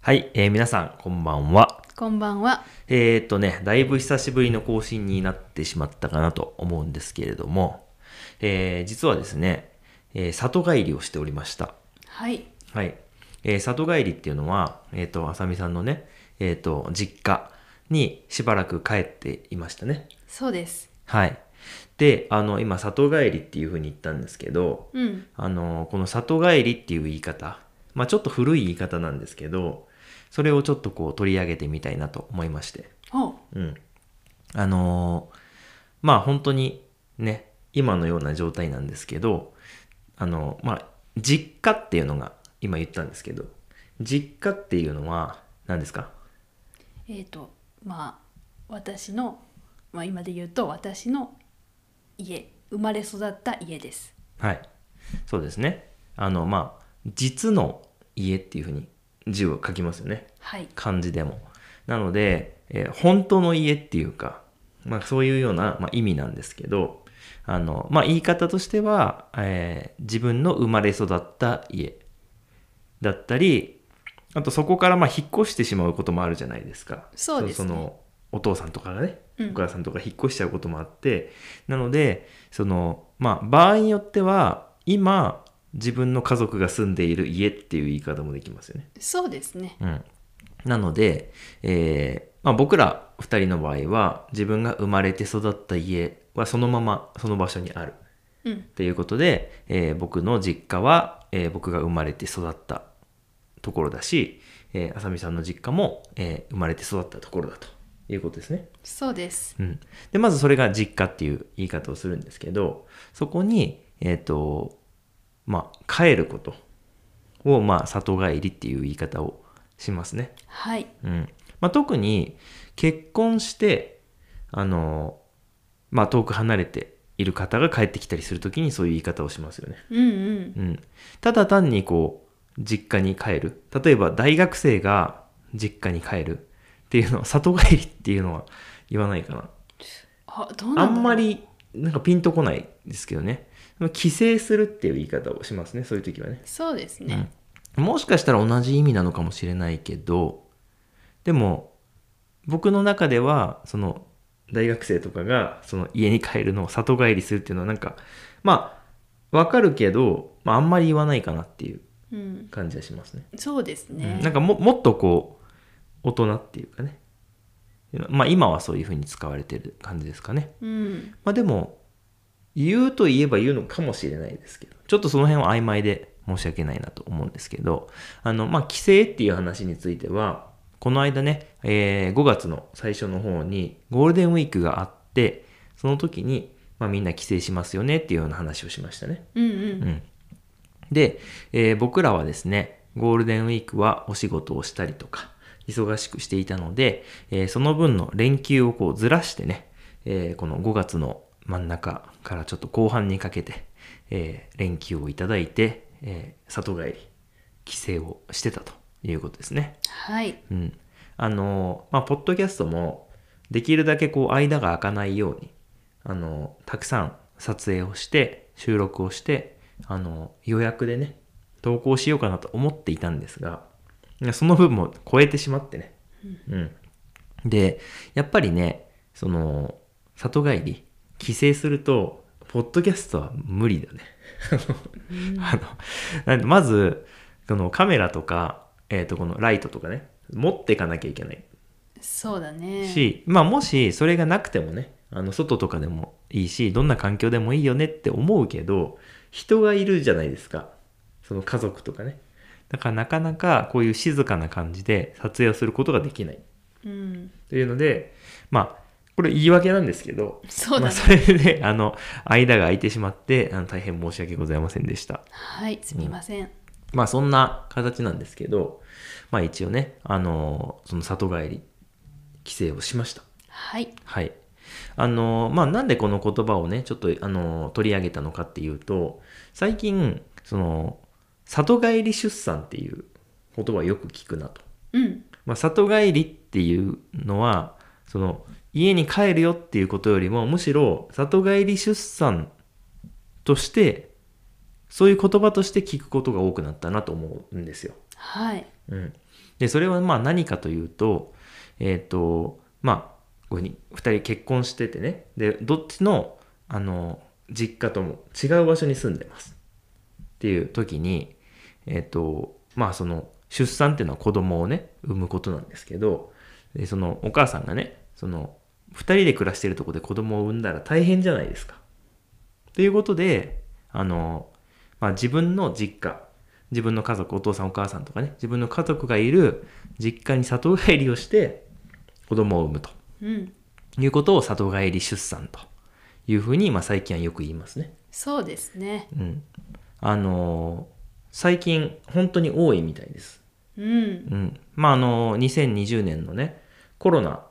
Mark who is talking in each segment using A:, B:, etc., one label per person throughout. A: はい、えー皆さん、こんばんは。
B: こんばんは。
A: えーっとね、だいぶ久しぶりの更新になってしまったかなと思うんですけれども、えー実はですね、えー里帰りをしておりました。
B: はい。
A: はい。えー里帰りっていうのは、えーっと、あさみさんのね、えーっと、実家にしばらく帰っていましたね。
B: そうです。
A: はい。で、あの、今、里帰りっていう風に言ったんですけど、
B: うん。
A: あの、この里帰りっていう言い方、まあちょっと古い言い方なんですけど、それをちょっとこう取り上げてみたいなと思いまして。
B: おう。
A: うん。あのーまあ本当にね、今のような状態なんですけど、あのまあ、実家っていうのが、今言ったんですけど、実家っていうのは、何ですか
B: えっ、と、まあ、私の、まあ今で言うと私の家、生まれ育った家です。
A: はい。そうですね。あの、まあ、実の家っていうふうに字を書きますよね。
B: はい。
A: 漢字でも。なので、えー本当の家っていうか、まあそういうような、まあ、意味なんですけど、あの、まあ言い方としては、えー自分の生まれ育った家だったり、あとそこからまあ引っ越してしまうこともあるじゃないですか。
B: そうですね
A: そのお父さんとかがね、
B: うん
A: お母さんとか引っ越しちゃうこともあって、なので、その、まあ場合によっては、今、自分の家族が住んでいる家っていう言い方もできますよね。
B: そうですね。
A: うん、なので、えーまあ、僕ら2人の場合は自分が生まれて育った家はそのままその場所にある
B: うん。
A: ということで、えー僕の実家は、えー僕が生まれて育ったところだし、えー、あさみさんの実家も、えー生まれて育ったところだということですね。
B: そうです。
A: うん、でまずそれが実家っていう言い方をするんですけどそこに、えっとまあ、帰ることを、まあ、里帰りっていう言い方をしますね。
B: はい。
A: うんまあ、特に結婚してあの、まあ、遠く離れている方が帰ってきたりするときにそういう言い方をしますよね、
B: うんうん。
A: うん、ただ単にこう実家に帰る例えば大学生が実家に帰るっていうのは里帰りっていうのは言わないかな
B: あ、どうな
A: あ
B: んだろうん
A: ま。りなんかピンとこないですけどね帰省するっていう言い方をしますねそういう時はね
B: そうですね。
A: うんもしかしたら同じ意味なのかもしれないけどでも僕の中ではその大学生とかがその家に帰るのを里帰りするっていうのはなんかまあわかるけど、まあ、あんまり言わないかなっていう
B: うん。
A: 感じはしますね。
B: そうですね
A: うん。なんかももっとこう大人っていうかねまあ今はそういうふうに使われてる感じですかね。
B: うん。
A: まあでも言うと言えば言うのかもしれないですけどちょっとその辺は曖昧で申し訳ないなと思うんですけどあのまあ帰省っていう話についてはこの間ね、え5月の最初の方にゴールデンウィークがあってその時に、まあ、みんな帰省しますよねっていうような話をしましたね。
B: うんう。
A: うんん、で、えー僕らはですねゴールデンウィークはお仕事をしたりとか忙しくしていたので、えーその分の連休をこうずらしてね、えーこの5月の真ん中からちょっと後半にかけて、えー連休をいただいて、えー里帰り帰省をしてたということですね。
B: はい。
A: うん、あのまあポッドキャストもできるだけこう間が空かないようにあのたくさん撮影をして収録をしてあの予約でね投稿しようかなと思っていたんですがその分も超えてしまってね、うん、でやっぱりねその里帰り帰省するとポッドキャストは無理だね あのなんでまずこのカメラとか、えー、とこのライトとかね持っていかなきゃいけない
B: そうだね。
A: し、まあもしそれがなくてもねあの外とかでもいいしどんな環境でもいいよねって思うけど人がいるじゃないですかその家族とかねだからなかなかこういう静かな感じで撮影をすることができない
B: うん。
A: というのでまあこれ言い訳なんですけど
B: そう
A: ま
B: だ
A: あ、
B: ね。
A: それで、 あの、間が空いてしまって、あの大変申し訳ございませんでした。
B: はい。すみません。
A: まあ、そんな形なんですけど、まあ一応ね、あの、その里帰り、帰省をしました。
B: はい。
A: はい。あの、まあなんでこの言葉をね、ちょっと、あの、取り上げたのかっていうと、最近、その、里帰り出産っていう言葉をよく聞くなと。
B: うん。
A: まあ、里帰りっていうのはその家に帰るよっていうことよりもむしろ里帰り出産としてそういう言葉として聞くことが多くなったなと思うんですよ。
B: はい。
A: うん、で、それはまあ何かというと、えっ、と、まあ、こういうふうに2人結婚しててね、で、どっちの、あの、実家とも違う場所に住んでます。っていう時に、えっ、と、まあその、出産っていうのは子供をね、産むことなんですけど、でそのお母さんがね、その、2人で暮らしてるとこで子供を産んだら大変じゃないですか。ということで、あの、まあ、自分の実家、自分の家族、お父さんお母さんとかね、自分の家族がいる実家に里帰りをして子供を産むと
B: うん
A: いうことを里帰り出産というふうに、まあ、最近はよく言いますね。
B: そうですね
A: うん。あの最近本当に多いみたいです。
B: うん
A: うん。まあ、あの2020年のね、コロナ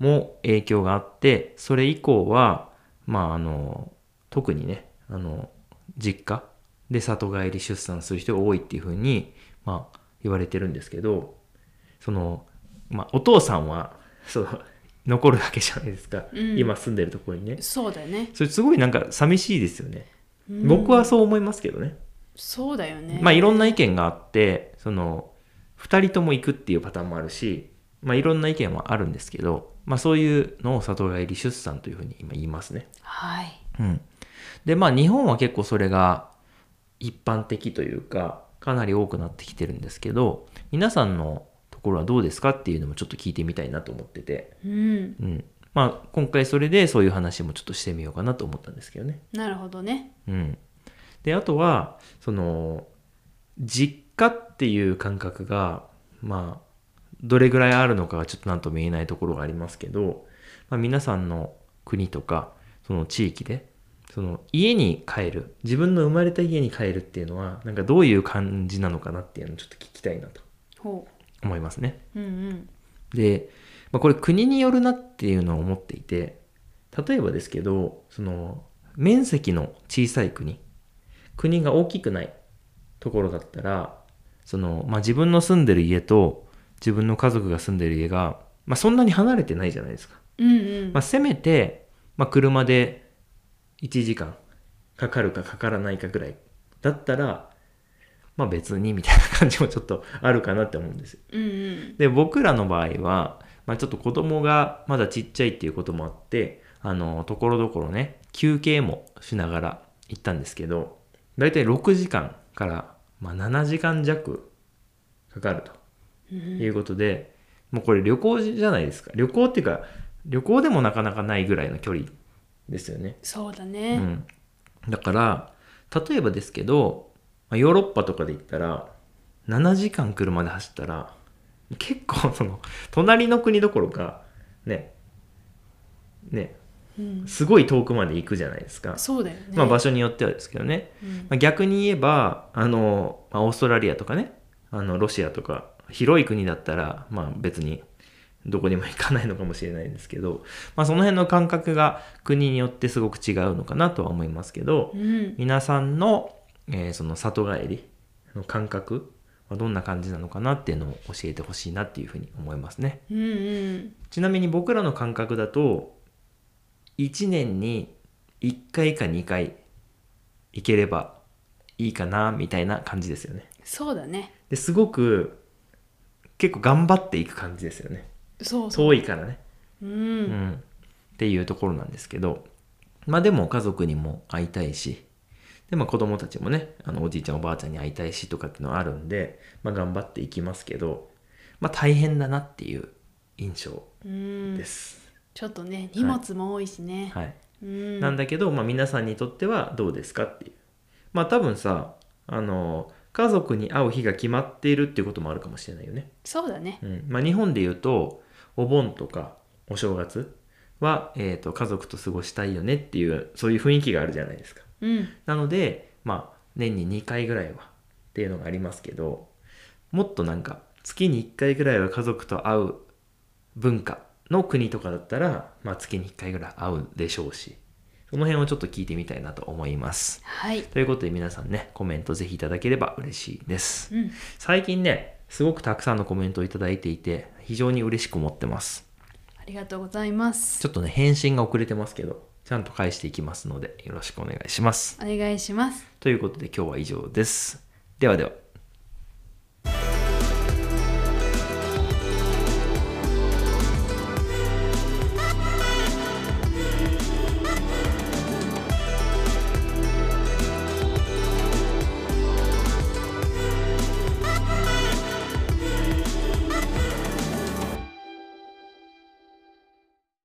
A: も影響があって、それ以降は、まあ、あの特にね、あの実家で里帰り出産する人が多いっていうふうに、まあ、言われてるんですけど、その、まあ、お父さんは、その、残るわけじゃないですか。
B: うん
A: 今住んでるところにね。
B: そうだよね、
A: それすごいなんか寂しいですよね。
B: うん
A: 僕はそう思いますけどね。
B: そうだよね
A: まあいろんな意見があってその2人とも行くっていうパターンもあるし、まあ、いろんな意見はあるんですけど、まあ、そういうのを里帰り出産というふうに今言いますね。
B: はい
A: うん、でまあ日本は結構それが一般的というかかなり多くなってきてるんですけど皆さんのところはどうですかっていうのもちょっと聞いてみたいなと思ってて、
B: うん
A: うんまあ、今回それでそういう話もちょっとしてみようかなと思ったんですけどね。
B: なるほどね
A: うん、であとはその実家っていう感覚がまあどれぐらいあるのかがちょっと何とも言えないところがありますけど、まあ、皆さんの国とかその地域でその家に帰る自分の生まれた家に帰るっていうのはなんかどういう感じなのかなっていうのをちょっと聞きたいなと
B: ほ
A: 思いますね。
B: ううん
A: で、まあ、これ国によるなっていうのを思っていて例えばですけどその面積の小さい国国が大きくないところだったらその、まあ、自分の住んでる家と自分の家族が住んでる家が、まあ、そんなに離れてないじゃないですか、
B: うんうんうん
A: まあ、せめて、まあ、車で1時間かかるかかからないかぐらいだったらまあ別にみたいな感じもちょっとあるかなって思うんですよ
B: うんうん
A: で僕らの場合は、まあ、ちょっと子供がまだちっちゃいっていうこともあってあのところどころね休憩もしながら行ったんですけどだいたい6時間から、まあ、7時間弱かかる
B: う
A: と
B: ん
A: いうことで、もうこれ旅行じゃないですか旅行っていうか旅行でもなかなかないぐらいの距離ですよね。
B: そうだ
A: う
B: ね
A: ん、だから例えばですけどまあヨーロッパとかで言ったら7時間車で走ったら結構その隣の国どころかねね
B: うん
A: すごい遠くまで行くじゃないですか、
B: そうだよね
A: まあ場所によってはですけどね、
B: うん
A: まあ逆に言えばあの、まあオーストラリアとかねあのロシアとか広い国だったら、まあ、別にどこにも行かないのかもしれないんですけど、まあ、その辺の感覚が国によってすごく違うのかなとは思いますけど
B: うん
A: 皆さんの,、えーその里帰りの感覚はどんな感じなのかなっていうのを教えてほしいなっていうふうに思いますね。
B: うんうん
A: ちなみに僕らの感覚だと1年に1回か2回行ければいいかなみたいな感じですよね
B: そうだね
A: ですごく結構頑張っていく感じですよね
B: そうそう
A: 遠いからね、
B: う
A: うんん、っていうところなんですけどまあでも家族にも会いたいしでまあ子供たちもねあのおじいちゃんおばあちゃんに会いたいしとかっていうのはあるんで、まあ、頑張っていきますけどまあ大変だなっていう印象
B: うん
A: です、
B: ちょっとね荷物も多いしね
A: はい
B: うん
A: なんだけど、まあ、皆さんにとってはどうですかっていうまあ多分さあの家族に会う日が決まっているっていうこともあるかもしれないよね、
B: そうだね
A: うんまあ、日本で言うとお盆とかお正月は、えー、と家族と過ごしたいよねっていうそういう雰囲気があるじゃないですか
B: うん
A: なのでまあ年に2回ぐらいはっていうのがありますけどもっとなんか月に1回ぐらいは家族と会う文化の国とかだったら、まあ、月に1回ぐらい会うでしょうしその辺をちょっと聞いてみたいなと思います。
B: はい
A: ということで皆さんねコメントぜひいただければ嬉しいです。
B: うん
A: 最近ねすごくたくさんのコメントをいただいていて非常に嬉しく思ってます。
B: ありがとうございます
A: ちょっとね返信が遅れてますけどちゃんと返していきますのでよろしくお願いします。
B: お願いします
A: ということで今日は以上です。ではでは。